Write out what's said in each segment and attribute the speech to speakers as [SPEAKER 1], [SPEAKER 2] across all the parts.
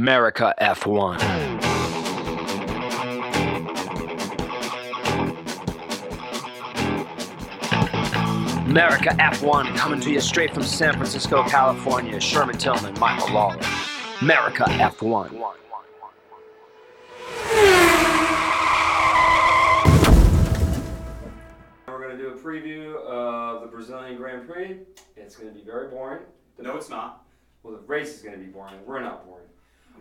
[SPEAKER 1] America F1. America F1 coming to you straight from San Francisco, California. Sherman Tillman, Michael Lawler. America F1.
[SPEAKER 2] We're going to do a preview of the Brazilian Grand Prix. It's going to be very boring.
[SPEAKER 3] No, it's not.
[SPEAKER 2] Well, the race is going to be boring. We're not boring.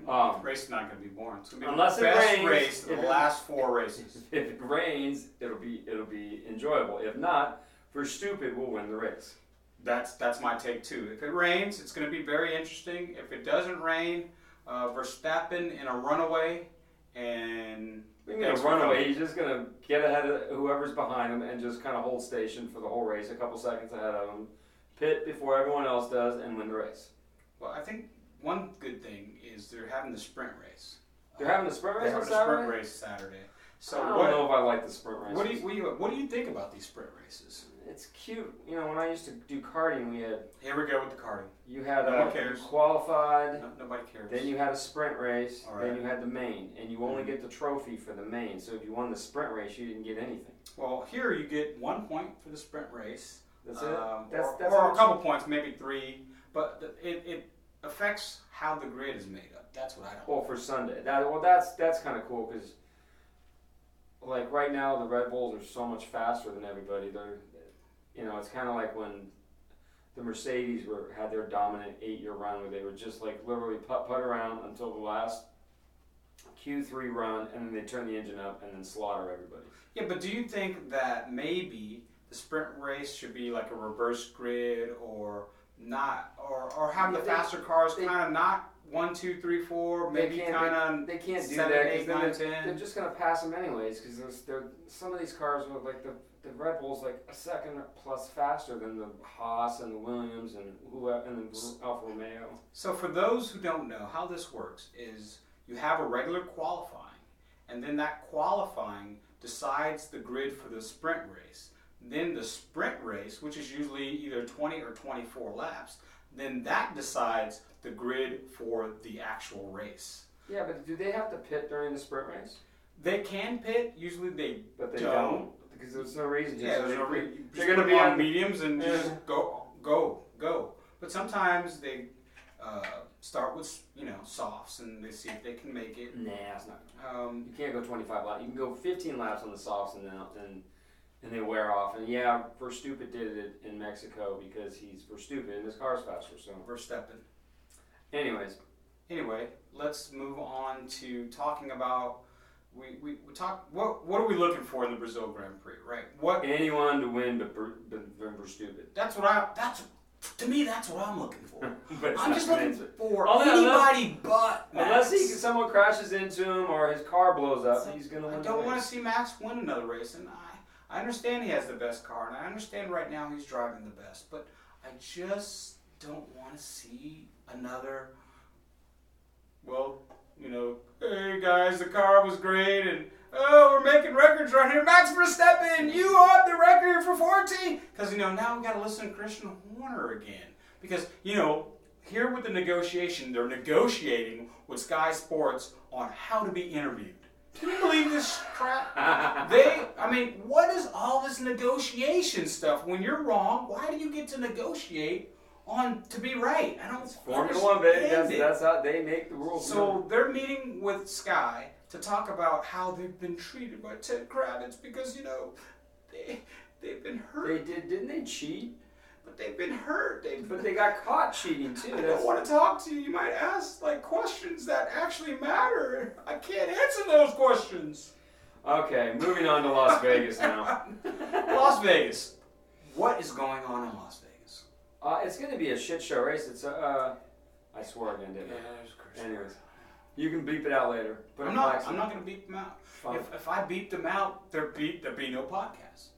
[SPEAKER 2] Um,
[SPEAKER 3] Race is not going to be boring. It's going to be
[SPEAKER 2] Unless it
[SPEAKER 3] the best
[SPEAKER 2] rains.
[SPEAKER 3] race of the last four races.
[SPEAKER 2] if it rains, it'll be it'll be enjoyable. If not, for stupid, we'll win the race.
[SPEAKER 3] That's that's my take too. If it rains, it's going to be very interesting. If it doesn't rain, uh, Verstappen in a runaway, and
[SPEAKER 2] We're going to run away. He's just going to get ahead of whoever's behind him and just kind of hold station for the whole race, a couple seconds ahead of him, pit before everyone else does, and win the race.
[SPEAKER 3] Well, I think one good thing is they're having the sprint race.
[SPEAKER 2] They're having a sprint
[SPEAKER 3] They're
[SPEAKER 2] race on
[SPEAKER 3] having a sprint
[SPEAKER 2] Saturday?
[SPEAKER 3] race Saturday.
[SPEAKER 2] So
[SPEAKER 3] So
[SPEAKER 2] I don't
[SPEAKER 3] what?
[SPEAKER 2] know if I like the sprint race.
[SPEAKER 3] What do you what do you what do you think about these sprint races?
[SPEAKER 2] It's cute. You know, when I used to do karting, we had
[SPEAKER 3] Here we go with the karting.
[SPEAKER 2] you had
[SPEAKER 3] No one
[SPEAKER 2] uh, you
[SPEAKER 3] cares.
[SPEAKER 2] qualified,
[SPEAKER 3] No, nobody cares.
[SPEAKER 2] then you had a sprint race,
[SPEAKER 3] All
[SPEAKER 2] then
[SPEAKER 3] right. Mm-hmm.
[SPEAKER 2] you had the main, and you only get the trophy for the main. So if you won the sprint race, you didn't get anything.
[SPEAKER 3] well, here you get one point for the sprint race.
[SPEAKER 2] That's
[SPEAKER 3] Um,
[SPEAKER 2] it. That's
[SPEAKER 3] or,
[SPEAKER 2] that's
[SPEAKER 3] or
[SPEAKER 2] how
[SPEAKER 3] a
[SPEAKER 2] it
[SPEAKER 3] couple points, maybe three. But th- it, it affects how the grid is made up. That's what I
[SPEAKER 2] should-
[SPEAKER 3] don't.
[SPEAKER 2] Well, for Sunday, that well, that's that's kind of cool because, like right now, the Red Bulls are so much faster than everybody. They're, you know, it's kind of like when the Mercedes were had their dominant eight-year run where they were just like literally putt putt around until the last Q3 run, and then they turn the engine up and then slaughter everybody.
[SPEAKER 3] Yeah, but do you think that maybe the sprint race should be like a reverse grid, or not, or or have
[SPEAKER 2] Yeah,
[SPEAKER 3] the
[SPEAKER 2] they-
[SPEAKER 3] faster cars
[SPEAKER 2] they-
[SPEAKER 3] kind of not one, two, three, four,
[SPEAKER 2] They
[SPEAKER 3] maybe
[SPEAKER 2] can't-
[SPEAKER 3] kind of
[SPEAKER 2] They can't do
[SPEAKER 3] seven,
[SPEAKER 2] that because
[SPEAKER 3] eight,
[SPEAKER 2] then
[SPEAKER 3] nine,
[SPEAKER 2] they're,
[SPEAKER 3] ten.
[SPEAKER 2] they're just gonna pass them anyways. Because they're some of these cars were like the the Red Bulls like a second plus faster than the Haas and the Williams and who and the Alfa Romeo.
[SPEAKER 3] So for those who don't know how this works is you have a regular qualifying and then that qualifying decides the grid for the sprint race. Then the sprint race, which is usually either 20 or 24 laps, then that decides the grid for the actual race.
[SPEAKER 2] Yeah, but do they have to pit during the sprint race?
[SPEAKER 3] They can pit, usually they
[SPEAKER 2] But they
[SPEAKER 3] Don't.
[SPEAKER 2] don't because there's no reason. to.
[SPEAKER 3] Yeah,
[SPEAKER 2] So
[SPEAKER 3] there's
[SPEAKER 2] they-
[SPEAKER 3] no re- you
[SPEAKER 2] They're
[SPEAKER 3] just
[SPEAKER 2] gonna
[SPEAKER 3] put
[SPEAKER 2] be
[SPEAKER 3] them
[SPEAKER 2] on.
[SPEAKER 3] on mediums and you
[SPEAKER 2] Yeah.
[SPEAKER 3] just go, go, go. But sometimes they uh, start with you know softs and they see if they can make it.
[SPEAKER 2] nah, it's not.
[SPEAKER 3] Um,
[SPEAKER 2] You can't go 25 laps. You can go 15 laps on the softs and then and and they wear off. And yeah, Verstappen did it in Mexico because he's Verstappen and his car's faster. So,
[SPEAKER 3] Verstappen.
[SPEAKER 2] anyways,
[SPEAKER 3] Anyway, let's move on to talking about we, we, we talk what what are we looking for in the Brazil Grand Prix, right? What
[SPEAKER 2] anyone to win but, Ver- but, but Verstappen.
[SPEAKER 3] that's what I that's to me that's what I'm looking for.
[SPEAKER 2] But it's
[SPEAKER 3] I'm
[SPEAKER 2] not
[SPEAKER 3] just
[SPEAKER 2] gonna
[SPEAKER 3] looking
[SPEAKER 2] answer.
[SPEAKER 3] for
[SPEAKER 2] Although unless-
[SPEAKER 3] anybody but Max.
[SPEAKER 2] Unless he, someone crashes into him or his car blows up, he's gonna win.
[SPEAKER 3] I
[SPEAKER 2] the
[SPEAKER 3] don't want to
[SPEAKER 2] race.
[SPEAKER 3] see Max win another race, and I I understand he has the best car, and I understand right now he's driving the best, but I just don't want to see another. Well, you know, hey guys, the car was great, and oh, we're making records right here. Max Verstappen, you are the record for 14, because you know now we got to listen to Christian Horner again, because you know. Here with the negotiation, they're negotiating with Sky Sports on how to be interviewed. Can you believe this crap? they, I mean, what is all this negotiation stuff? When you're wrong, why do you get to negotiate on to be right? I don't
[SPEAKER 2] Formula One, baby. That's,
[SPEAKER 3] understand it.
[SPEAKER 2] that's how they make the rules.
[SPEAKER 3] So they're meeting with Sky to talk about how they've been treated by Ted Kravitz because you know they they've been hurt,
[SPEAKER 2] they did, didn't they cheat?
[SPEAKER 3] but they've been hurt. They've
[SPEAKER 2] But they got caught cheating too.
[SPEAKER 3] I
[SPEAKER 2] That's-
[SPEAKER 3] don't want to talk to you. You might ask like questions that actually matter. I can't answer those questions.
[SPEAKER 2] okay, moving on to Las Vegas now.
[SPEAKER 3] Las Vegas. What is going on in Las Vegas?
[SPEAKER 2] Uh, it's gonna be a shit show race. It's uh, uh I swear again, didn't I? Anyways, you can beep it out later. But
[SPEAKER 3] I'm not. I'm not gonna beep them out.
[SPEAKER 2] Fine.
[SPEAKER 3] If, if I beep them out, there be there be no podcast.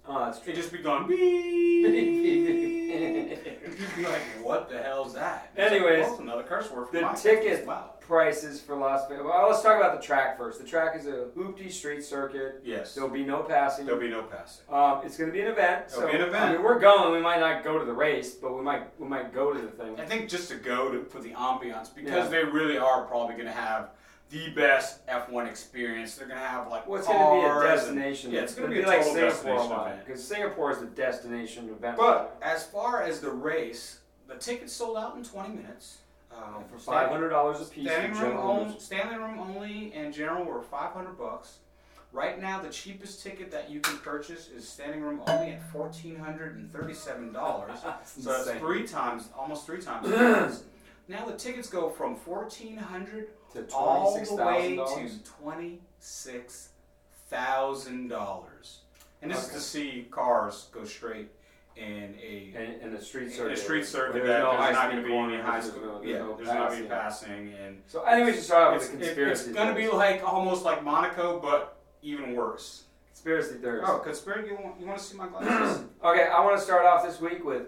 [SPEAKER 2] Oh, that's true.
[SPEAKER 3] It'd just be gone. Beep. You'd be like, what the hell's that? It's like,
[SPEAKER 2] Anyways,
[SPEAKER 3] well, it's another curse word. For
[SPEAKER 2] the
[SPEAKER 3] my
[SPEAKER 2] ticket-
[SPEAKER 3] Wow.
[SPEAKER 2] prices for Las Vegas. Well, let's talk about the track first. The track is a hoopty street circuit.
[SPEAKER 3] Yes.
[SPEAKER 2] There'll be no passing.
[SPEAKER 3] There'll be no passing.
[SPEAKER 2] um, it's going to be an event.
[SPEAKER 3] It'll
[SPEAKER 2] so,
[SPEAKER 3] be an event.
[SPEAKER 2] I mean, we're going. We might not go to the race, but we might we might go to the thing.
[SPEAKER 3] I think just to go to, for the ambiance because
[SPEAKER 2] Yeah.
[SPEAKER 3] they really are probably going to have the best F1 experience. They're going to have like
[SPEAKER 2] What's
[SPEAKER 3] cars
[SPEAKER 2] going to be a
[SPEAKER 3] and-
[SPEAKER 2] destination?
[SPEAKER 3] yeah, it's going to be,
[SPEAKER 2] It'll
[SPEAKER 3] a
[SPEAKER 2] like
[SPEAKER 3] total
[SPEAKER 2] Singapore
[SPEAKER 3] destination event.
[SPEAKER 2] because Singapore is the destination event.
[SPEAKER 3] But as far as the race, the tickets sold out in 20 minutes. Um,
[SPEAKER 2] for five hundred dollars a piece,
[SPEAKER 3] standing
[SPEAKER 2] the
[SPEAKER 3] room,
[SPEAKER 2] general
[SPEAKER 3] on, standing room only and general were 500 bucks. Right now, the cheapest ticket that you can purchase is standing room only at $1,437. so that's
[SPEAKER 2] insane.
[SPEAKER 3] three times, almost three times. the price. now the tickets go from 1400
[SPEAKER 2] to
[SPEAKER 3] all
[SPEAKER 2] twenty six
[SPEAKER 3] the way
[SPEAKER 2] thousand
[SPEAKER 3] to
[SPEAKER 2] dollars.
[SPEAKER 3] twenty-six thousand dollars, and this
[SPEAKER 2] Okay.
[SPEAKER 3] is to see cars go straight in a
[SPEAKER 2] And, and the street
[SPEAKER 3] in
[SPEAKER 2] circuit.
[SPEAKER 3] a street circuit
[SPEAKER 2] There's
[SPEAKER 3] that
[SPEAKER 2] no
[SPEAKER 3] there's
[SPEAKER 2] high
[SPEAKER 3] not
[SPEAKER 2] speed
[SPEAKER 3] going to be any
[SPEAKER 2] corners,
[SPEAKER 3] high
[SPEAKER 2] there's
[SPEAKER 3] school.
[SPEAKER 2] no-
[SPEAKER 3] yeah,
[SPEAKER 2] no
[SPEAKER 3] there's not going to
[SPEAKER 2] passing.
[SPEAKER 3] be passing, and
[SPEAKER 2] So I think we should start out
[SPEAKER 3] it's,
[SPEAKER 2] with the
[SPEAKER 3] it-
[SPEAKER 2] conspiracy.
[SPEAKER 3] it's going to be
[SPEAKER 2] theories.
[SPEAKER 3] like almost like Monaco, but even worse.
[SPEAKER 2] conspiracy theories.
[SPEAKER 3] Oh, conspiracy! You want, you want to see my glasses?
[SPEAKER 2] Okay, I want to start off this week with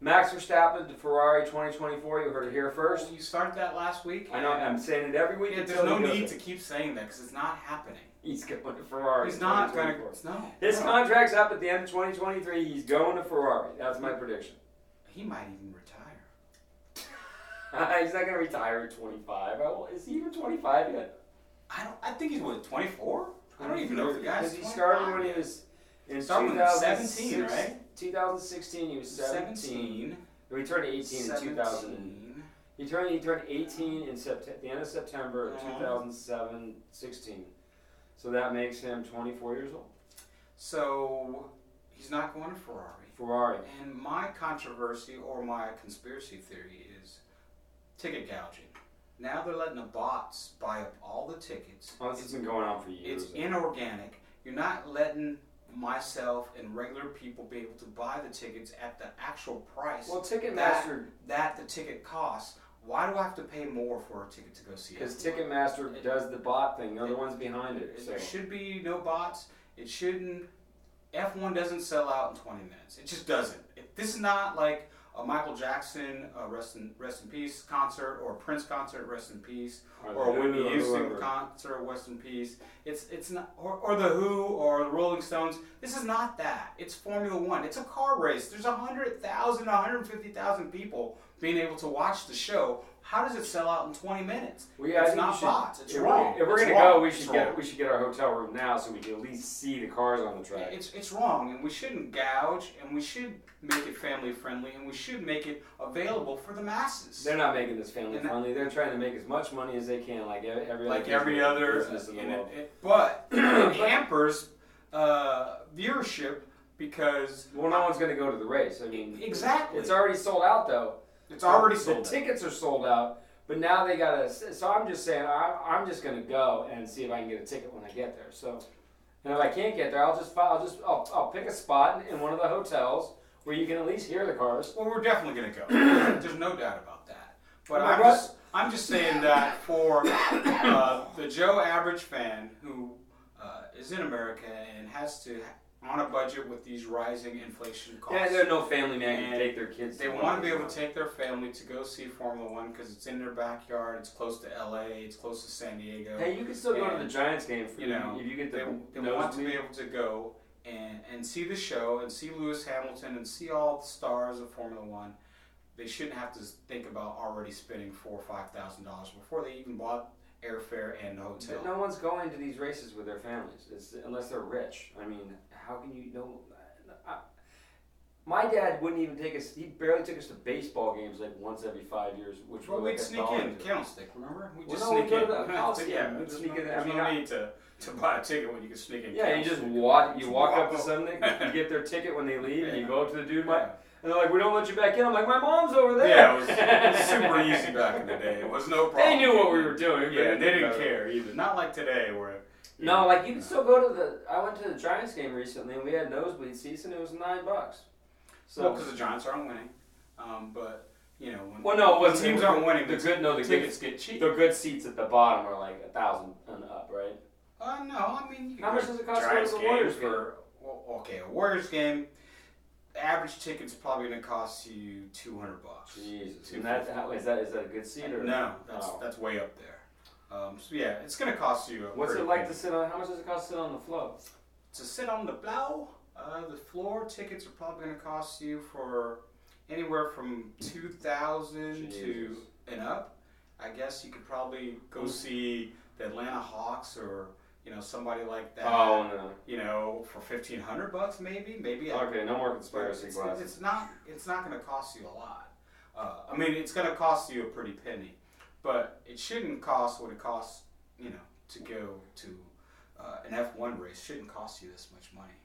[SPEAKER 2] Max Verstappen to Ferrari 2024. You heard it here first.
[SPEAKER 3] you started that last week.
[SPEAKER 2] I know I'm saying it every week.
[SPEAKER 3] Yeah, there's
[SPEAKER 2] until he
[SPEAKER 3] no
[SPEAKER 2] does
[SPEAKER 3] need
[SPEAKER 2] it.
[SPEAKER 3] to keep saying that because it's not happening.
[SPEAKER 2] He's going to Ferrari.
[SPEAKER 3] He's not going
[SPEAKER 2] 2024.
[SPEAKER 3] to. No.
[SPEAKER 2] His
[SPEAKER 3] no.
[SPEAKER 2] contract's up at the end of 2023. He's going to Ferrari. That's my prediction.
[SPEAKER 3] He might even retire.
[SPEAKER 2] He's not going to retire at 25. Oh, Is he even 25 yet?
[SPEAKER 3] I don't. I think he's what 24. I don't even know if the guy's.
[SPEAKER 2] Because he started
[SPEAKER 3] 25.
[SPEAKER 2] when he was in
[SPEAKER 3] Started when he was 17,
[SPEAKER 2] 2006
[SPEAKER 3] right?
[SPEAKER 2] 2016, he was 17.
[SPEAKER 3] 17.
[SPEAKER 2] No, he turned 18 in 2000.
[SPEAKER 3] 17.
[SPEAKER 2] He turned he turned 18 in September, the end of September of
[SPEAKER 3] Uh-huh.
[SPEAKER 2] 2007, 16. So that makes him 24 years old.
[SPEAKER 3] So he's not going to Ferrari.
[SPEAKER 2] Ferrari.
[SPEAKER 3] And my controversy or my conspiracy theory is ticket gouging. Now they're letting the bots buy up all the tickets.
[SPEAKER 2] Oh, this has been going on for years.
[SPEAKER 3] It's inorganic. You're not letting myself and regular people be able to buy the tickets at the actual price
[SPEAKER 2] well,
[SPEAKER 3] that,
[SPEAKER 2] Ticketmaster
[SPEAKER 3] that the ticket costs. Why do I have to pay more for a ticket to go see?
[SPEAKER 2] Because
[SPEAKER 3] everyone?
[SPEAKER 2] Ticketmaster does the bot thing. They're the ones behind it. So.
[SPEAKER 3] There should be no bots. It shouldn't. F1 doesn't sell out in 20 minutes. It just doesn't. It, this is not like a Michael Jackson uh, rest in rest in peace concert or a Prince concert rest in peace or a Whitney Houston concert rest in peace. It's it's not or, or the Who or the Rolling Stones. This is not that. It's Formula One. It's a car race. There's 100,000, 150,000 people being able to watch the show. How does it sell out in 20 minutes?
[SPEAKER 2] We, I
[SPEAKER 3] it's
[SPEAKER 2] think
[SPEAKER 3] not
[SPEAKER 2] we should-
[SPEAKER 3] bots. It's
[SPEAKER 2] if
[SPEAKER 3] wrong.
[SPEAKER 2] We're, if we're
[SPEAKER 3] It's
[SPEAKER 2] gonna
[SPEAKER 3] wrong.
[SPEAKER 2] go, we
[SPEAKER 3] It's
[SPEAKER 2] should
[SPEAKER 3] wrong.
[SPEAKER 2] get we should get our hotel room now so we can at least see the cars on the track.
[SPEAKER 3] It's it's wrong, and we shouldn't gouge, and we should make it family friendly, and we should make it available for the masses.
[SPEAKER 2] they're not making this family
[SPEAKER 3] And that-
[SPEAKER 2] friendly. They're trying to make as much money as they can, like e- every
[SPEAKER 3] like
[SPEAKER 2] business-
[SPEAKER 3] every other,
[SPEAKER 2] business in the
[SPEAKER 3] and
[SPEAKER 2] world.
[SPEAKER 3] it- it- but it hampers uh, viewership because
[SPEAKER 2] well, no one's gonna go to the race. I mean,
[SPEAKER 3] exactly
[SPEAKER 2] it's already sold out though.
[SPEAKER 3] It's already sold. out.
[SPEAKER 2] The tickets are sold out, but now they gotta. So I'm just saying, I'm, I'm just gonna go and see if I can get a ticket when I get there. So, and if I can't get there, I'll just fi- I'll just I'll, I'll pick a spot in one of the hotels where you can at least hear the cars.
[SPEAKER 3] Well, we're definitely gonna go. There's no doubt about that. But
[SPEAKER 2] Well,
[SPEAKER 3] I'm
[SPEAKER 2] but-
[SPEAKER 3] just I'm just saying that for uh, the Joe average fan who uh, is in America and has to on a budget with these rising inflation costs.
[SPEAKER 2] Yeah, there are no family man
[SPEAKER 3] And
[SPEAKER 2] can take their kids.
[SPEAKER 3] They want to be able to take their family to go see Formula One because it's in their backyard. It's close to LA. It's close to San Diego.
[SPEAKER 2] Hey, you can still go to the
[SPEAKER 3] And,
[SPEAKER 2] Giants game for
[SPEAKER 3] you know,
[SPEAKER 2] if you get
[SPEAKER 3] they,
[SPEAKER 2] the
[SPEAKER 3] they
[SPEAKER 2] nosebleed.
[SPEAKER 3] want to be able to go and, and see the show and see Lewis Hamilton and see all the stars of Formula One. They shouldn't have to think about already spending four or five thousand dollars before they even bought airfare and hotel.
[SPEAKER 2] But no one's going to these races with their families it's, unless they're rich. I mean, how can you know? I, my dad wouldn't even take us. He barely took us to baseball games like once every five years, which
[SPEAKER 3] Well,
[SPEAKER 2] were
[SPEAKER 3] we'd
[SPEAKER 2] like a
[SPEAKER 3] sneak
[SPEAKER 2] dollar
[SPEAKER 3] in
[SPEAKER 2] to-
[SPEAKER 3] candlestick. Remember, we
[SPEAKER 2] Well,
[SPEAKER 3] just
[SPEAKER 2] no, we
[SPEAKER 3] sneak
[SPEAKER 2] go
[SPEAKER 3] in.
[SPEAKER 2] to the house, yeah,
[SPEAKER 3] yeah,
[SPEAKER 2] we'd
[SPEAKER 3] there's
[SPEAKER 2] sneak in.
[SPEAKER 3] no,
[SPEAKER 2] I
[SPEAKER 3] there's
[SPEAKER 2] mean,
[SPEAKER 3] no
[SPEAKER 2] I-
[SPEAKER 3] need to, to buy a ticket when you can sneak in.
[SPEAKER 2] Yeah, you just
[SPEAKER 3] Candlestick.
[SPEAKER 2] walk. You walk up to
[SPEAKER 3] Walk up.
[SPEAKER 2] somebody, you get their ticket when they leave, and you
[SPEAKER 3] Yeah.
[SPEAKER 2] go up to the dude. My,
[SPEAKER 3] Yeah.
[SPEAKER 2] and they're like, "We don't let you back in." I'm like, "My mom's over there."
[SPEAKER 3] Yeah, it was, it was super easy back in the day. It was no problem.
[SPEAKER 2] They knew what we were doing.
[SPEAKER 3] Yeah,
[SPEAKER 2] but
[SPEAKER 3] they didn't
[SPEAKER 2] about it.
[SPEAKER 3] care either. Not like today where.
[SPEAKER 2] No, like you can still go to the. I went to the Giants game recently, and we had nosebleed seats, and it was nine bucks. So
[SPEAKER 3] Well, because the Giants aren't winning. Um, but you know when
[SPEAKER 2] Well, no,
[SPEAKER 3] when
[SPEAKER 2] when
[SPEAKER 3] teams
[SPEAKER 2] the-
[SPEAKER 3] aren't winning,
[SPEAKER 2] the
[SPEAKER 3] the
[SPEAKER 2] good- no, the
[SPEAKER 3] tickets get cheap.
[SPEAKER 2] The good seats at the bottom are like a thousand and up, right?
[SPEAKER 3] uh, no, I mean you
[SPEAKER 2] How
[SPEAKER 3] can
[SPEAKER 2] much
[SPEAKER 3] go
[SPEAKER 2] does it cost to go to
[SPEAKER 3] Giants
[SPEAKER 2] the
[SPEAKER 3] game
[SPEAKER 2] Warriors
[SPEAKER 3] for? Well, okay, a Warriors game. average ticket's probably going to cost you 200 bucks.
[SPEAKER 2] Jesus.
[SPEAKER 3] Two
[SPEAKER 2] And that,
[SPEAKER 3] fifty.
[SPEAKER 2] how, is that is that a good seat or
[SPEAKER 3] No, that's
[SPEAKER 2] Oh.
[SPEAKER 3] that's way up there. Um, so yeah, it's going to cost you. A
[SPEAKER 2] What's it
[SPEAKER 3] pretty-
[SPEAKER 2] like to sit on? How much does it cost to sit on the flow?
[SPEAKER 3] to sit on the plow, uh, the floor tickets are probably going to cost you for anywhere from two thousand to
[SPEAKER 2] Jesus.
[SPEAKER 3] and up. I guess you could probably go
[SPEAKER 2] Mm.
[SPEAKER 3] see the Atlanta Hawks or you know somebody like that.
[SPEAKER 2] Oh no.
[SPEAKER 3] You know, for fifteen hundred bucks, maybe, maybe. I-
[SPEAKER 2] Okay, no more
[SPEAKER 3] but
[SPEAKER 2] conspiracy
[SPEAKER 3] it's,
[SPEAKER 2] glasses.
[SPEAKER 3] it's not. It's not going to cost you a lot. Uh, I mean, it's going to cost you a pretty penny, but it shouldn't cost what it costs. You know, to go to uh, an F one race shouldn't cost you this much money.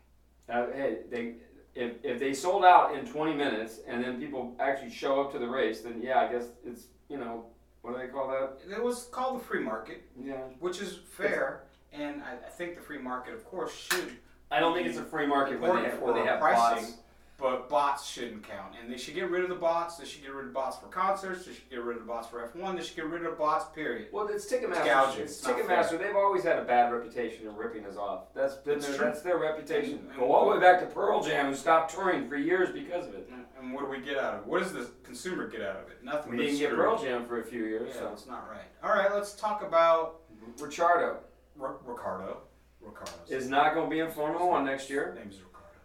[SPEAKER 2] Uh, hey, they if, if they sold out in 20 minutes and then people actually show up to the race, then yeah, I guess it's you know what do they call that?
[SPEAKER 3] It was called the free market,
[SPEAKER 2] Yeah.
[SPEAKER 3] which is fair, and I, I think the free market, of course, should.
[SPEAKER 2] I don't think it's a free market when they
[SPEAKER 3] important
[SPEAKER 2] have,
[SPEAKER 3] for
[SPEAKER 2] when they have
[SPEAKER 3] pricing,
[SPEAKER 2] bots.
[SPEAKER 3] but bots shouldn't count, and they should get rid of the bots. They should get rid of bots for concerts. They should get rid of bots for F one. They should get rid of bots. Period.
[SPEAKER 2] Well, it's
[SPEAKER 3] It's
[SPEAKER 2] Ticketmaster.
[SPEAKER 3] gouging.
[SPEAKER 2] It's,
[SPEAKER 3] It's not
[SPEAKER 2] Ticketmaster. They've always had a bad reputation of ripping us off. That's been
[SPEAKER 3] It's
[SPEAKER 2] their,
[SPEAKER 3] true.
[SPEAKER 2] that's their reputation.
[SPEAKER 3] And-
[SPEAKER 2] Go all the way back to Pearl Jam, who stopped touring for years because of it.
[SPEAKER 3] And what do we get out of it? What does the consumer get out of it? Nothing.
[SPEAKER 2] We
[SPEAKER 3] but
[SPEAKER 2] didn't get
[SPEAKER 3] screwed.
[SPEAKER 2] Pearl Jam for a few years.
[SPEAKER 3] Yeah,
[SPEAKER 2] So.
[SPEAKER 3] it's not right. All right, let's talk about
[SPEAKER 2] Ricciardo
[SPEAKER 3] R- Ricardo. Ricardo's
[SPEAKER 2] is not going to be in Formula One next year.
[SPEAKER 3] name is Ricardo.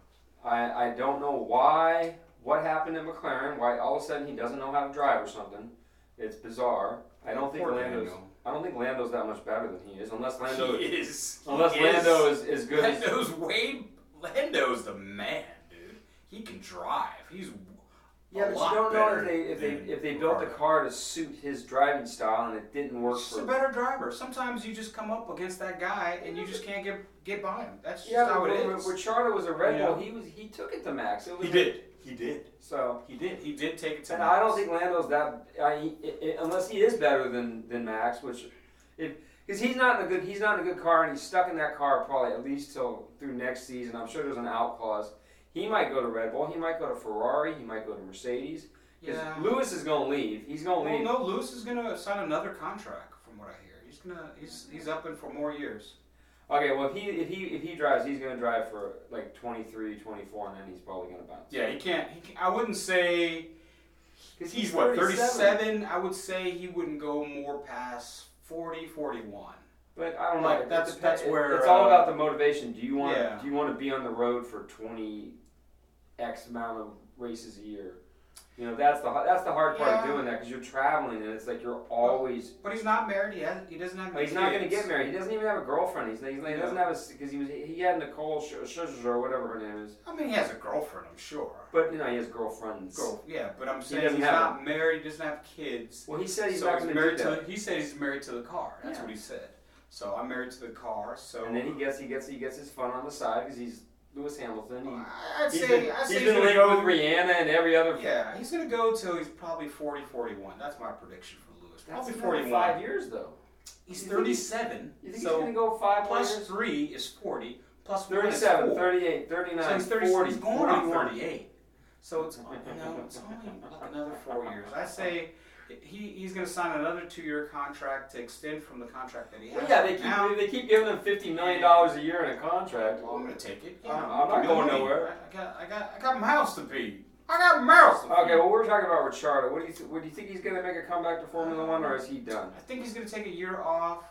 [SPEAKER 2] I, I don't know why, what happened in McLaren, why all of a sudden he doesn't know how to drive or something. It's bizarre. I don't think
[SPEAKER 3] Poor
[SPEAKER 2] Lando's.
[SPEAKER 3] Lando.
[SPEAKER 2] I don't think Lando's that much better than he is, unless Lando.
[SPEAKER 3] He is.
[SPEAKER 2] Unless
[SPEAKER 3] he
[SPEAKER 2] Lando is, is good. as-
[SPEAKER 3] Lando's way. Lando's the man, dude. He can drive. He's.
[SPEAKER 2] yeah,
[SPEAKER 3] a
[SPEAKER 2] but
[SPEAKER 3] lot
[SPEAKER 2] you don't know if
[SPEAKER 3] better
[SPEAKER 2] they if they
[SPEAKER 3] than
[SPEAKER 2] if they built the
[SPEAKER 3] Ricardo.
[SPEAKER 2] car to suit his driving style and it didn't work
[SPEAKER 3] He's just a
[SPEAKER 2] for.
[SPEAKER 3] better driver. Sometimes you just come up against that guy and you just can't get get by him. That's just
[SPEAKER 2] Yeah,
[SPEAKER 3] how
[SPEAKER 2] but
[SPEAKER 3] it
[SPEAKER 2] when
[SPEAKER 3] is.
[SPEAKER 2] Ricciardo was a Red
[SPEAKER 3] Yeah.
[SPEAKER 2] Bull, he was he took it to Max. It was
[SPEAKER 3] he did. He did.
[SPEAKER 2] So.
[SPEAKER 3] He did. He did take it to.
[SPEAKER 2] And I don't
[SPEAKER 3] Max.
[SPEAKER 2] think Lando's that. I, he- i i unless he is better than than Max, which if because he's not in a good he's not in a good car, and he's stuck in that car probably at least till through next season. I'm sure there's an out clause. He might go to Red Bull. He might go to Ferrari. He might go to Mercedes. Because
[SPEAKER 3] Yeah.
[SPEAKER 2] Lewis is going to leave. He's going to
[SPEAKER 3] Well,
[SPEAKER 2] leave.
[SPEAKER 3] no, Lewis is gonna sign another contract, from what I hear. He's gonna he's he's up in for more years.
[SPEAKER 2] Okay. Well, if he if he if he drives, he's going to drive for like 23, 24, and then he's probably going to bounce.
[SPEAKER 3] Yeah, he can't. He can, I wouldn't say
[SPEAKER 2] 'Cause
[SPEAKER 3] he's, what 37. I would say he wouldn't go more past 40, 41.
[SPEAKER 2] But I don't know.
[SPEAKER 3] Like,
[SPEAKER 2] It
[SPEAKER 3] that's-
[SPEAKER 2] depe-
[SPEAKER 3] that's
[SPEAKER 2] it-
[SPEAKER 3] where,
[SPEAKER 2] it's all
[SPEAKER 3] uh,
[SPEAKER 2] about the motivation. Do you want
[SPEAKER 3] Yeah.
[SPEAKER 2] do you want to be on the road for twenty x amount of races a year? You know that's the ha- that's the hard part of
[SPEAKER 3] Yeah.
[SPEAKER 2] doing that because you're traveling and it's like you're always.
[SPEAKER 3] But he's not married. He has, he doesn't have.
[SPEAKER 2] Like, he's not going to get married. He doesn't even have a girlfriend. He's, he's he doesn't
[SPEAKER 3] Yeah.
[SPEAKER 2] have a because he was he had Nicole Sch- Scherzer or whatever her name is.
[SPEAKER 3] I mean, he has a girlfriend, I'm sure.
[SPEAKER 2] But you know he has girlfriends.
[SPEAKER 3] Girl, yeah, but I'm saying
[SPEAKER 2] doesn't
[SPEAKER 3] he's
[SPEAKER 2] have
[SPEAKER 3] not married. He doesn't have kids.
[SPEAKER 2] Well, he said he's
[SPEAKER 3] so
[SPEAKER 2] not
[SPEAKER 3] he's
[SPEAKER 2] going to do
[SPEAKER 3] married
[SPEAKER 2] that.
[SPEAKER 3] to. He said he's married to the car. That's
[SPEAKER 2] Yeah.
[SPEAKER 3] what he said. So I'm married to the car. So
[SPEAKER 2] And then he gets he gets he gets his fun on the side because he's Lewis Hamilton. He,
[SPEAKER 3] I'd
[SPEAKER 2] he's
[SPEAKER 3] say
[SPEAKER 2] been,
[SPEAKER 3] I'd say
[SPEAKER 2] he's been
[SPEAKER 3] gonna
[SPEAKER 2] linked
[SPEAKER 3] go-
[SPEAKER 2] with Rihanna and every other
[SPEAKER 3] Yeah, he's gonna go till he's probably 40, 41. That's my prediction for Lewis.
[SPEAKER 2] That's
[SPEAKER 3] Probably
[SPEAKER 2] another
[SPEAKER 3] 41.
[SPEAKER 2] Five years though.
[SPEAKER 3] He's
[SPEAKER 2] You think he-
[SPEAKER 3] 37.
[SPEAKER 2] You think he's
[SPEAKER 3] so
[SPEAKER 2] gonna go five more
[SPEAKER 3] plus
[SPEAKER 2] years?
[SPEAKER 3] three is 40. Plus one is
[SPEAKER 2] 37,
[SPEAKER 3] four.
[SPEAKER 2] 38, 39,
[SPEAKER 3] So he's 30,
[SPEAKER 2] 40,
[SPEAKER 3] he's going on
[SPEAKER 2] 41.
[SPEAKER 3] 38. So it's no, it's only like another four years. I say he, he's gonna sign another two-year contract to extend from the contract that he has.
[SPEAKER 2] Well, yeah, they
[SPEAKER 3] right now.
[SPEAKER 2] keep they keep giving him fifty million dollars a year in a contract.
[SPEAKER 3] Well, I'm gonna take it.
[SPEAKER 2] I'm- I'm not
[SPEAKER 3] Give me
[SPEAKER 2] going
[SPEAKER 3] money.
[SPEAKER 2] nowhere.
[SPEAKER 3] I I got, I got, I got my house to feed. I got my house to feed.
[SPEAKER 2] Okay, well we're talking about Ricciardo. What do you th- what, do you think he's gonna make a comeback to Formula One or is he done?
[SPEAKER 3] I think he's going to take a year off.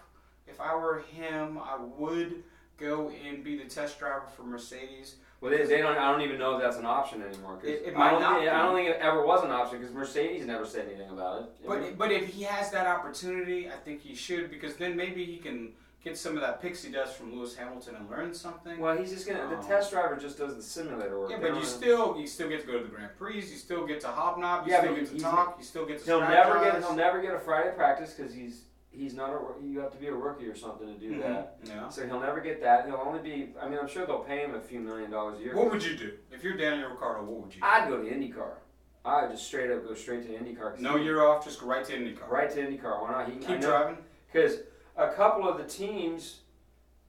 [SPEAKER 3] If I were him, I would go and be the test driver for Mercedes.
[SPEAKER 2] Well, they, they don't. I don't even know if that's an option anymore. 'cause
[SPEAKER 3] It- it
[SPEAKER 2] I
[SPEAKER 3] might
[SPEAKER 2] don't
[SPEAKER 3] not
[SPEAKER 2] Think, I don't
[SPEAKER 3] be.
[SPEAKER 2] think it ever was an option because Mercedes never said anything about it. I mean,
[SPEAKER 3] But but if he has that opportunity, I think he should because then maybe he can get some of that pixie dust from Lewis Hamilton and learn something.
[SPEAKER 2] well, he's just gonna. The
[SPEAKER 3] Oh.
[SPEAKER 2] test driver just does the simulator work.
[SPEAKER 3] yeah,
[SPEAKER 2] They
[SPEAKER 3] but
[SPEAKER 2] don't
[SPEAKER 3] you
[SPEAKER 2] have-
[SPEAKER 3] still you still get to go to the Grand Prix. You still get to hobnob. You
[SPEAKER 2] Yeah,
[SPEAKER 3] still
[SPEAKER 2] but
[SPEAKER 3] get to
[SPEAKER 2] he's-
[SPEAKER 3] talk. You still get to
[SPEAKER 2] He'll never get.
[SPEAKER 3] strategize.
[SPEAKER 2] He'll never get a Friday practice because he's he's not a. roo- You have to be a rookie or something to do
[SPEAKER 3] Mhm.
[SPEAKER 2] that.
[SPEAKER 3] Yeah.
[SPEAKER 2] So he'll never get that. He'll only be. I mean, I'm sure they'll pay him a few million dollars a year.
[SPEAKER 3] What would you do if you're Daniel Ricciardo? What would you? do?
[SPEAKER 2] I'd go to IndyCar. I'd just straight up go straight to IndyCar. 'cause
[SPEAKER 3] no
[SPEAKER 2] he-
[SPEAKER 3] year off. Just go right to IndyCar.
[SPEAKER 2] right to IndyCar. Why not? He
[SPEAKER 3] Keep driving.
[SPEAKER 2] because a couple of the teams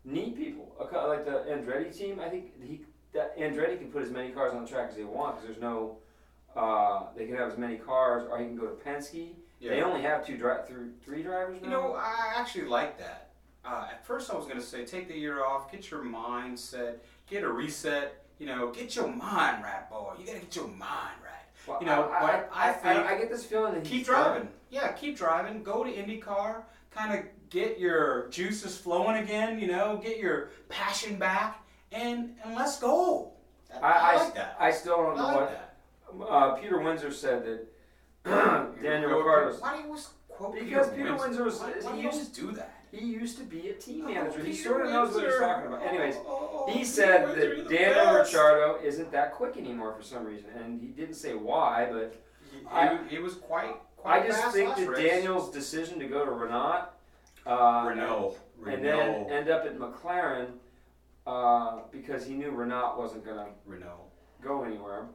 [SPEAKER 2] need people. A cou- like the Andretti team, I think he that Andretti can put as many cars on the track as they want because there's no. Uh, they can have as many cars, or he can go to Penske. They only have two dri- through three drivers now.
[SPEAKER 3] You know, I actually like that. Uh, at first, I was going to say take the year off, get your mindset, get a reset, you know, get your mind right, boy. You gotta get your mind right.
[SPEAKER 2] Well,
[SPEAKER 3] you know,
[SPEAKER 2] I,
[SPEAKER 3] but I, think
[SPEAKER 2] I, get this feeling that
[SPEAKER 3] keep
[SPEAKER 2] he's done.
[SPEAKER 3] driving. Yeah, keep driving. Go to IndyCar. Kind of get your juices flowing again. You know, get your passion back, and and let's go. I,
[SPEAKER 2] I, I,
[SPEAKER 3] like that.
[SPEAKER 2] I still don't
[SPEAKER 3] I
[SPEAKER 2] know
[SPEAKER 3] like
[SPEAKER 2] what
[SPEAKER 3] that.
[SPEAKER 2] Uh, Peter Windsor said that Daniel
[SPEAKER 3] Go with
[SPEAKER 2] Ricciardo.
[SPEAKER 3] Peter- Why do you always quote
[SPEAKER 2] Because Peter Windsor was-
[SPEAKER 3] Why,
[SPEAKER 2] is-
[SPEAKER 3] why do
[SPEAKER 2] he
[SPEAKER 3] you
[SPEAKER 2] was-
[SPEAKER 3] always do that?
[SPEAKER 2] He used to be a team
[SPEAKER 3] Oh,
[SPEAKER 2] manager. he
[SPEAKER 3] Peter
[SPEAKER 2] sort of knows what he's
[SPEAKER 3] Windsor.
[SPEAKER 2] talking about. Anyways,
[SPEAKER 3] Oh,
[SPEAKER 2] he
[SPEAKER 3] Peter
[SPEAKER 2] said
[SPEAKER 3] Windsor, you're
[SPEAKER 2] that
[SPEAKER 3] the
[SPEAKER 2] Daniel
[SPEAKER 3] best.
[SPEAKER 2] Ricciardo isn't that quick anymore for some reason, and he didn't say why, but
[SPEAKER 3] He, he,
[SPEAKER 2] I-
[SPEAKER 3] he was quite. quite
[SPEAKER 2] I just
[SPEAKER 3] fast
[SPEAKER 2] think
[SPEAKER 3] last
[SPEAKER 2] that
[SPEAKER 3] race.
[SPEAKER 2] Daniel's decision to go to Renault, uh,
[SPEAKER 3] Renault.
[SPEAKER 2] and
[SPEAKER 3] Renault.
[SPEAKER 2] then end up at McLaren uh, because he knew Renault wasn't going to
[SPEAKER 3] Renault.
[SPEAKER 2] go anywhere.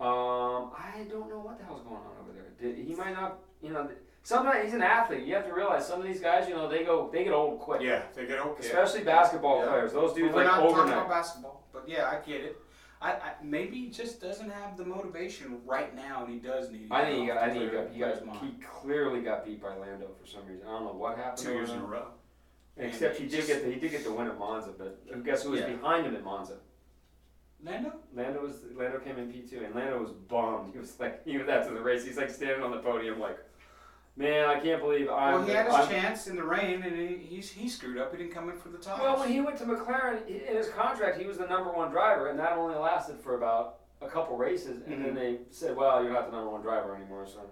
[SPEAKER 2] Um, I don't know what the hell's going on over there. Did, he might not, you know. th- Sometimes he's an athlete. You have to realize some of these guys, you know, they go, they get old quick.
[SPEAKER 3] Yeah, they get okay.
[SPEAKER 2] Especially basketball
[SPEAKER 3] Yeah.
[SPEAKER 2] players. Those dudes
[SPEAKER 3] we're
[SPEAKER 2] like
[SPEAKER 3] not talking about
[SPEAKER 2] overnight.
[SPEAKER 3] basketball, but yeah, I get it. I, I maybe he just doesn't have the motivation right now, and he does need.
[SPEAKER 2] I think you
[SPEAKER 3] get
[SPEAKER 2] got.
[SPEAKER 3] off
[SPEAKER 2] I
[SPEAKER 3] to
[SPEAKER 2] think you
[SPEAKER 3] clear-
[SPEAKER 2] got. You
[SPEAKER 3] clear his
[SPEAKER 2] got
[SPEAKER 3] mind.
[SPEAKER 2] he clearly got beat by Lando for some reason. I don't know what happened.
[SPEAKER 3] two
[SPEAKER 2] to
[SPEAKER 3] years in
[SPEAKER 2] him.
[SPEAKER 3] a row.
[SPEAKER 2] Except he
[SPEAKER 3] And
[SPEAKER 2] did
[SPEAKER 3] just-
[SPEAKER 2] get. The, he did get the win at Monza, but who guess who was
[SPEAKER 3] Yeah.
[SPEAKER 2] behind him at Monza?
[SPEAKER 3] Lando.
[SPEAKER 2] Lando was. Lando came in P two, and Lando was bummed. He was like, even after the race, he's like standing on the podium, like, man, I can't believe I'm.
[SPEAKER 3] well, he had his
[SPEAKER 2] I'm-
[SPEAKER 3] chance in the rain, and he, he's he screwed up. He didn't come in for the top.
[SPEAKER 2] Well, when he went to McLaren, i- in his contract, he was the number one driver, and that only lasted for about a couple races, and then
[SPEAKER 3] Mhm.
[SPEAKER 2] they said, "Well, you're not the number one driver anymore, son."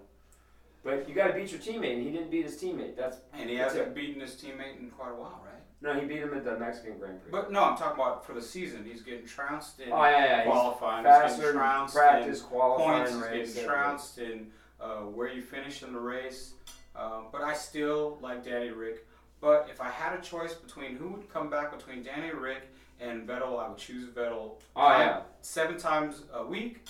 [SPEAKER 2] But you got to beat your teammate, and he didn't beat his teammate. That's
[SPEAKER 3] and he
[SPEAKER 2] that's
[SPEAKER 3] hasn't beaten his teammate in quite a while, right?
[SPEAKER 2] no, he beat him at the Mexican Grand Prix.
[SPEAKER 3] But no, I'm talking about for the season. He's getting trounced in
[SPEAKER 2] oh yeah, yeah, he's
[SPEAKER 3] qualifying. he's
[SPEAKER 2] faster,
[SPEAKER 3] getting trounced in
[SPEAKER 2] practice,
[SPEAKER 3] points
[SPEAKER 2] qualifying,
[SPEAKER 3] is
[SPEAKER 2] race,
[SPEAKER 3] getting trounced in uh, where you finish in the race. Um, but I still like Danny Rick. But if I had a choice between who would come back between Danny Rick and Vettel, I would choose Vettel.
[SPEAKER 2] Oh, yeah.
[SPEAKER 3] Seven times a week,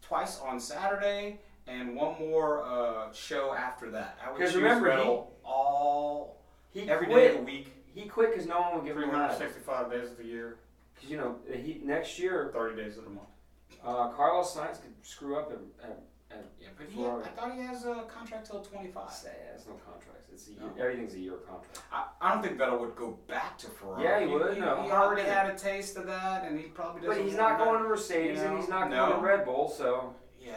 [SPEAKER 3] twice on Saturday, and one more uh, show after that. I would
[SPEAKER 2] 'Cause
[SPEAKER 3] choose
[SPEAKER 2] remember, he-
[SPEAKER 3] Vettel all
[SPEAKER 2] He
[SPEAKER 3] every day of the
[SPEAKER 2] quit.
[SPEAKER 3] week,
[SPEAKER 2] He quit because no one would give him a ride.
[SPEAKER 3] 365 days of the year,
[SPEAKER 2] Because you know, he, next year,
[SPEAKER 3] 30 days of the month.
[SPEAKER 2] uh, Carlos Sainz could screw up and. and
[SPEAKER 3] Yeah, but he,
[SPEAKER 2] Ferrari.
[SPEAKER 3] I thought he has a contract till 25.
[SPEAKER 2] Say, it's no contracts. It's a year,
[SPEAKER 3] No.
[SPEAKER 2] everything's a year contract.
[SPEAKER 3] I, I don't think Vettel would go back to Ferrari.
[SPEAKER 2] Yeah, he would,
[SPEAKER 3] He,
[SPEAKER 2] no.
[SPEAKER 3] he already had a taste of that, and he probably doesn't.
[SPEAKER 2] But he's not
[SPEAKER 3] want
[SPEAKER 2] going to Mercedes
[SPEAKER 3] you know,
[SPEAKER 2] and he's not
[SPEAKER 3] no.
[SPEAKER 2] going to Red Bull, so
[SPEAKER 3] that. Yeah,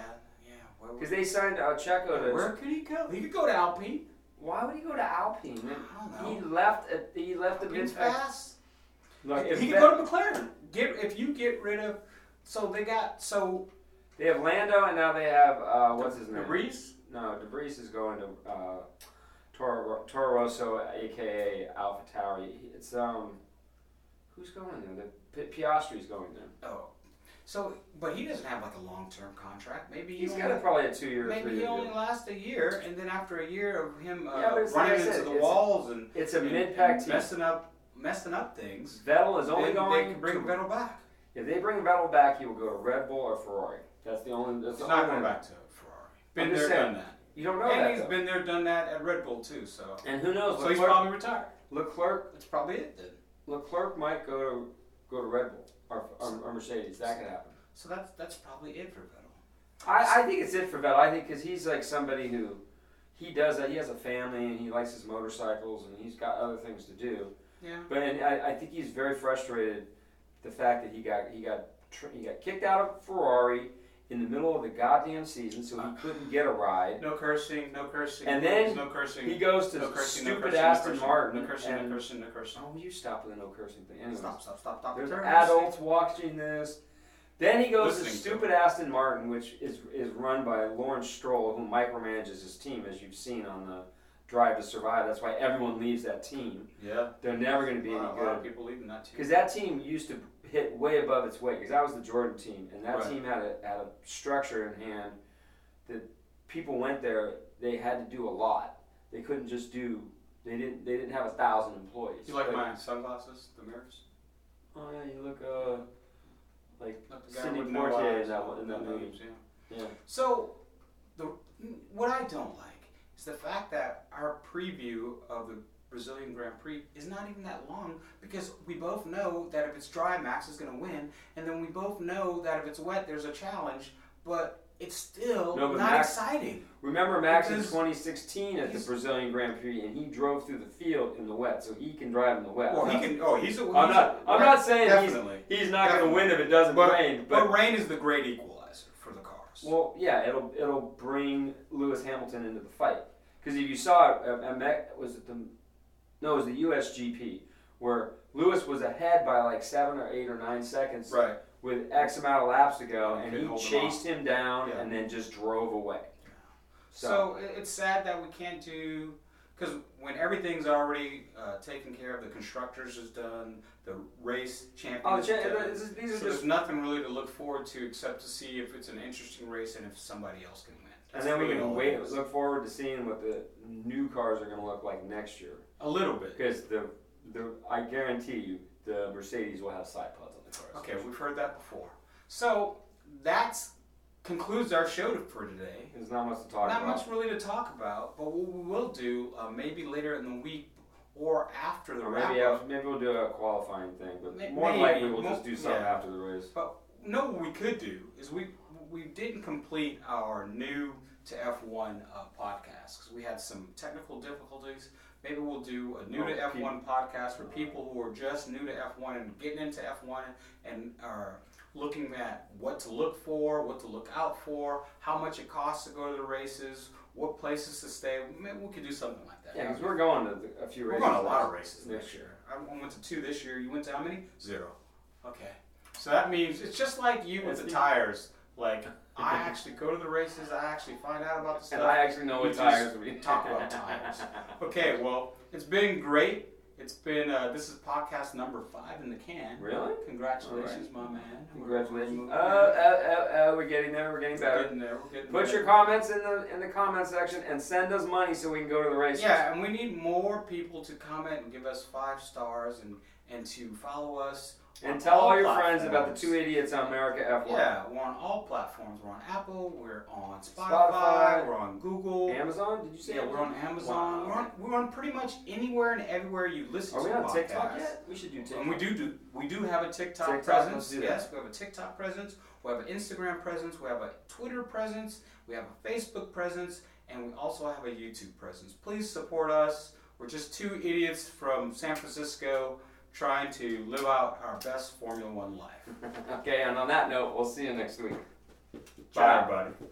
[SPEAKER 3] yeah. Where, would,
[SPEAKER 2] because they signed uh, Checo to.
[SPEAKER 3] where could he go? He could go to Alpine.
[SPEAKER 2] Why would he go to Alpine?
[SPEAKER 3] I don't know.
[SPEAKER 2] He left. At, he left the
[SPEAKER 3] Alpine's
[SPEAKER 2] mid
[SPEAKER 3] fast.
[SPEAKER 2] Look, if
[SPEAKER 3] he could
[SPEAKER 2] that-
[SPEAKER 3] go to McLaren. Get if you get rid of. So they got so
[SPEAKER 2] they have Lando and now they have uh, what's his name?
[SPEAKER 3] Reese.
[SPEAKER 2] No, De Vries is going to uh, Toro, Toro Rosso, aka AlphaTauri. It's um, who's going there? The Pi Piastri's going there.
[SPEAKER 3] Oh, so but he doesn't have like a long term contract. Maybe he
[SPEAKER 2] He's
[SPEAKER 3] only-
[SPEAKER 2] got a, probably a two-year, or
[SPEAKER 3] Maybe
[SPEAKER 2] three-year.
[SPEAKER 3] he
[SPEAKER 2] deal.
[SPEAKER 3] only lasts a year, and then after a year of him uh,
[SPEAKER 2] Yeah, but it's like I
[SPEAKER 3] running
[SPEAKER 2] said,
[SPEAKER 3] into the
[SPEAKER 2] it's a-
[SPEAKER 3] walls and
[SPEAKER 2] It's a
[SPEAKER 3] and-
[SPEAKER 2] mid-pack
[SPEAKER 3] and
[SPEAKER 2] team.
[SPEAKER 3] messing up, messing up things.
[SPEAKER 2] Vettel is only
[SPEAKER 3] then
[SPEAKER 2] going.
[SPEAKER 3] they can bring
[SPEAKER 2] to-
[SPEAKER 3] Vettel back.
[SPEAKER 2] If they bring Vettel back, he will go to Red Bull or Ferrari. That's the only. That's
[SPEAKER 3] He's
[SPEAKER 2] the
[SPEAKER 3] not
[SPEAKER 2] only
[SPEAKER 3] going
[SPEAKER 2] way.
[SPEAKER 3] back to Ferrari. Been
[SPEAKER 2] I'm just
[SPEAKER 3] there,
[SPEAKER 2] saying.
[SPEAKER 3] done that.
[SPEAKER 2] You don't know
[SPEAKER 3] and
[SPEAKER 2] that.
[SPEAKER 3] he's
[SPEAKER 2] though.
[SPEAKER 3] been there, done that at Red Bull too. So,
[SPEAKER 2] and who knows?
[SPEAKER 3] so he's
[SPEAKER 2] Leclerc,
[SPEAKER 3] probably retired.
[SPEAKER 2] Leclerc,
[SPEAKER 3] That's probably it then.
[SPEAKER 2] Leclerc might go to go to Red Bull or, or, or Mercedes. That could happen.
[SPEAKER 3] So that's that's probably it for Vettel.
[SPEAKER 2] I, I think it's it for Vettel. I think because he's like somebody who he does that. He has a family and he likes his motorcycles and he's got other things to do.
[SPEAKER 3] Yeah.
[SPEAKER 2] But and I, I think he's very frustrated the fact that he got he got tr- he got kicked out of Ferrari in the middle of the goddamn season, so he couldn't get a ride.
[SPEAKER 3] No cursing. No cursing.
[SPEAKER 2] And then
[SPEAKER 3] no cursing.
[SPEAKER 2] He goes to
[SPEAKER 3] no cursing.
[SPEAKER 2] stupid
[SPEAKER 3] no cursing,
[SPEAKER 2] Aston
[SPEAKER 3] no cursing,
[SPEAKER 2] Martin.
[SPEAKER 3] No cursing.
[SPEAKER 2] and-
[SPEAKER 3] no cursing. No cursing.
[SPEAKER 2] Oh, will you stop with the no cursing thing? Anyway,
[SPEAKER 3] Stop! Stop! Stop! Stop!
[SPEAKER 2] there's
[SPEAKER 3] Turn.
[SPEAKER 2] adults watching this. Then he goes to
[SPEAKER 3] Listening to
[SPEAKER 2] stupid Aston Martin, which is is run by Lawrence Stroll, who micromanages his team, as you've seen on the Drive to Survive. That's why everyone leaves that team.
[SPEAKER 3] Yeah.
[SPEAKER 2] They're never going to be
[SPEAKER 3] a
[SPEAKER 2] any
[SPEAKER 3] lot, a lot of
[SPEAKER 2] good
[SPEAKER 3] people leaving that too.
[SPEAKER 2] because that team used to hit way above its weight. Because that was the Jordan team, and that
[SPEAKER 3] Right.
[SPEAKER 2] team had a had a structure in hand that people went there. They had to do a lot. They couldn't just do. They didn't. They didn't have a thousand employees.
[SPEAKER 3] You like
[SPEAKER 2] But-
[SPEAKER 3] my sunglasses, the mirrors?
[SPEAKER 2] Oh yeah, you look uh like
[SPEAKER 3] Like the guy
[SPEAKER 2] Sidney
[SPEAKER 3] with no
[SPEAKER 2] Poitier
[SPEAKER 3] eyes.
[SPEAKER 2] in that one, in that
[SPEAKER 3] No
[SPEAKER 2] movie.
[SPEAKER 3] names, yeah.
[SPEAKER 2] Yeah.
[SPEAKER 3] So, the what I don't like is the fact that our preview of the Brazilian Grand Prix is not even that long because we both know that if it's dry, Max is going to win, and then we both know that if it's wet, there's a challenge. But it's still
[SPEAKER 2] No, but
[SPEAKER 3] not
[SPEAKER 2] Max-
[SPEAKER 3] exciting.
[SPEAKER 2] Remember Max in
[SPEAKER 3] Because
[SPEAKER 2] 2016 at the
[SPEAKER 3] he's-
[SPEAKER 2] Brazilian Grand Prix, and he drove through the field in the wet, so he can drive in the wet.
[SPEAKER 3] Well, he can. Oh, he's. A, he's
[SPEAKER 2] I'm not. I'm not saying
[SPEAKER 3] definitely.
[SPEAKER 2] he's he's not going to win if it doesn't
[SPEAKER 3] but,
[SPEAKER 2] rain,
[SPEAKER 3] but,
[SPEAKER 2] but
[SPEAKER 3] rain is the great equalizer for the cars.
[SPEAKER 2] Well, yeah, it'll it'll bring Lewis Hamilton into the fight because if you saw it, uh, uh, Mac- was it the no, it was the USGP where Lewis was ahead by like seven or eight or nine seconds
[SPEAKER 3] right.
[SPEAKER 2] with X amount of laps to go,
[SPEAKER 3] And
[SPEAKER 2] and
[SPEAKER 3] couldn't
[SPEAKER 2] he
[SPEAKER 3] hold him
[SPEAKER 2] chased him down
[SPEAKER 3] Yeah.
[SPEAKER 2] and then just drove away.
[SPEAKER 3] So it- it's sad that we can't do because when everything's already uh, taken care of, the constructors is done, the race
[SPEAKER 2] oh,
[SPEAKER 3] champions.
[SPEAKER 2] it's,
[SPEAKER 3] is done.
[SPEAKER 2] it's, it's- these
[SPEAKER 3] So
[SPEAKER 2] are
[SPEAKER 3] there's
[SPEAKER 2] just
[SPEAKER 3] nothing really to look forward to except to see if it's an interesting race and if somebody else can win.
[SPEAKER 2] and then we
[SPEAKER 3] That's
[SPEAKER 2] can
[SPEAKER 3] really
[SPEAKER 2] wait
[SPEAKER 3] all it is.
[SPEAKER 2] look forward to seeing what the new cars are going to look like next year
[SPEAKER 3] a little bit.
[SPEAKER 2] because the the I guarantee you the Mercedes will have side pods on the cars.
[SPEAKER 3] Okay, we've heard that before. So that concludes our show for today.
[SPEAKER 2] There's not much to talk
[SPEAKER 3] Not
[SPEAKER 2] about.
[SPEAKER 3] much really to talk about, but what we will do uh, maybe later in the week or after the
[SPEAKER 2] Or
[SPEAKER 3] wrap
[SPEAKER 2] maybe
[SPEAKER 3] up.
[SPEAKER 2] I'll, maybe we'll do a qualifying thing, but
[SPEAKER 3] May-
[SPEAKER 2] more than likely we'll
[SPEAKER 3] maybe.
[SPEAKER 2] just do something
[SPEAKER 3] Yeah.
[SPEAKER 2] after the race.
[SPEAKER 3] But no, what we could do is we we didn't complete our new to F1 uh, podcast 'cause we had some technical difficulties. Maybe we'll do a new
[SPEAKER 2] Oh,
[SPEAKER 3] to
[SPEAKER 2] pe-
[SPEAKER 3] F1 podcast for people who are just new to F1 and getting into F1 and are looking at what to look for, what to look out for, how much it costs to go to the races, what places to stay. Maybe we could do something like that.
[SPEAKER 2] Yeah, because we're going to the- a few
[SPEAKER 3] We're
[SPEAKER 2] races.
[SPEAKER 3] going to a lot of races
[SPEAKER 2] next
[SPEAKER 3] next
[SPEAKER 2] year.
[SPEAKER 3] year. I went to two this year. You went to how many? Zero. Okay. So that means it's just like you with
[SPEAKER 2] That's
[SPEAKER 3] the
[SPEAKER 2] the-
[SPEAKER 3] tires. Like I actually go to the races. I actually find out about the stuff.
[SPEAKER 2] And I actually know
[SPEAKER 3] We
[SPEAKER 2] what
[SPEAKER 3] just
[SPEAKER 2] tires we
[SPEAKER 3] talk about tires. Okay. Well, it's been great. It's been uh, this is podcast number five in the can.
[SPEAKER 2] Really?
[SPEAKER 3] Congratulations, my man. We're-
[SPEAKER 2] Congratulations.
[SPEAKER 3] we're
[SPEAKER 2] Uh, uh, uh, uh, we're getting there. We're getting
[SPEAKER 3] We're
[SPEAKER 2] better.
[SPEAKER 3] getting there. We're getting
[SPEAKER 2] Put
[SPEAKER 3] there.
[SPEAKER 2] your comments in the in the comment section and send us money so we can go to the races.
[SPEAKER 3] Yeah, and we need more people to comment and give us five stars and and to follow us. on
[SPEAKER 2] And tell all your friends
[SPEAKER 3] platforms.
[SPEAKER 2] about the two idiots on America F1.
[SPEAKER 3] Yeah, we're on all platforms. We're on Apple. We're on Spotify.
[SPEAKER 2] Spotify.
[SPEAKER 3] We're on Google.
[SPEAKER 2] Amazon? Did you say
[SPEAKER 3] yeah, we're on
[SPEAKER 2] Wow.
[SPEAKER 3] Amazon. We're, on, we're on pretty much anywhere and everywhere you listen
[SPEAKER 2] Are
[SPEAKER 3] to
[SPEAKER 2] we on
[SPEAKER 3] podcasts.
[SPEAKER 2] TikTok yet? We should do TikTok.
[SPEAKER 3] And we do, do we do have a TikTok,
[SPEAKER 2] TikTok, let's
[SPEAKER 3] presence.
[SPEAKER 2] do that.
[SPEAKER 3] yes, we have a TikTok presence. We have an Instagram presence. We have a Twitter presence. We have a Facebook presence, and we also have a YouTube presence. Please support us. We're just two idiots from San Francisco trying to live out our best Formula One life.
[SPEAKER 2] okay, and on that note, we'll see you next week.
[SPEAKER 3] Bye,
[SPEAKER 2] Ciao.
[SPEAKER 3] everybody.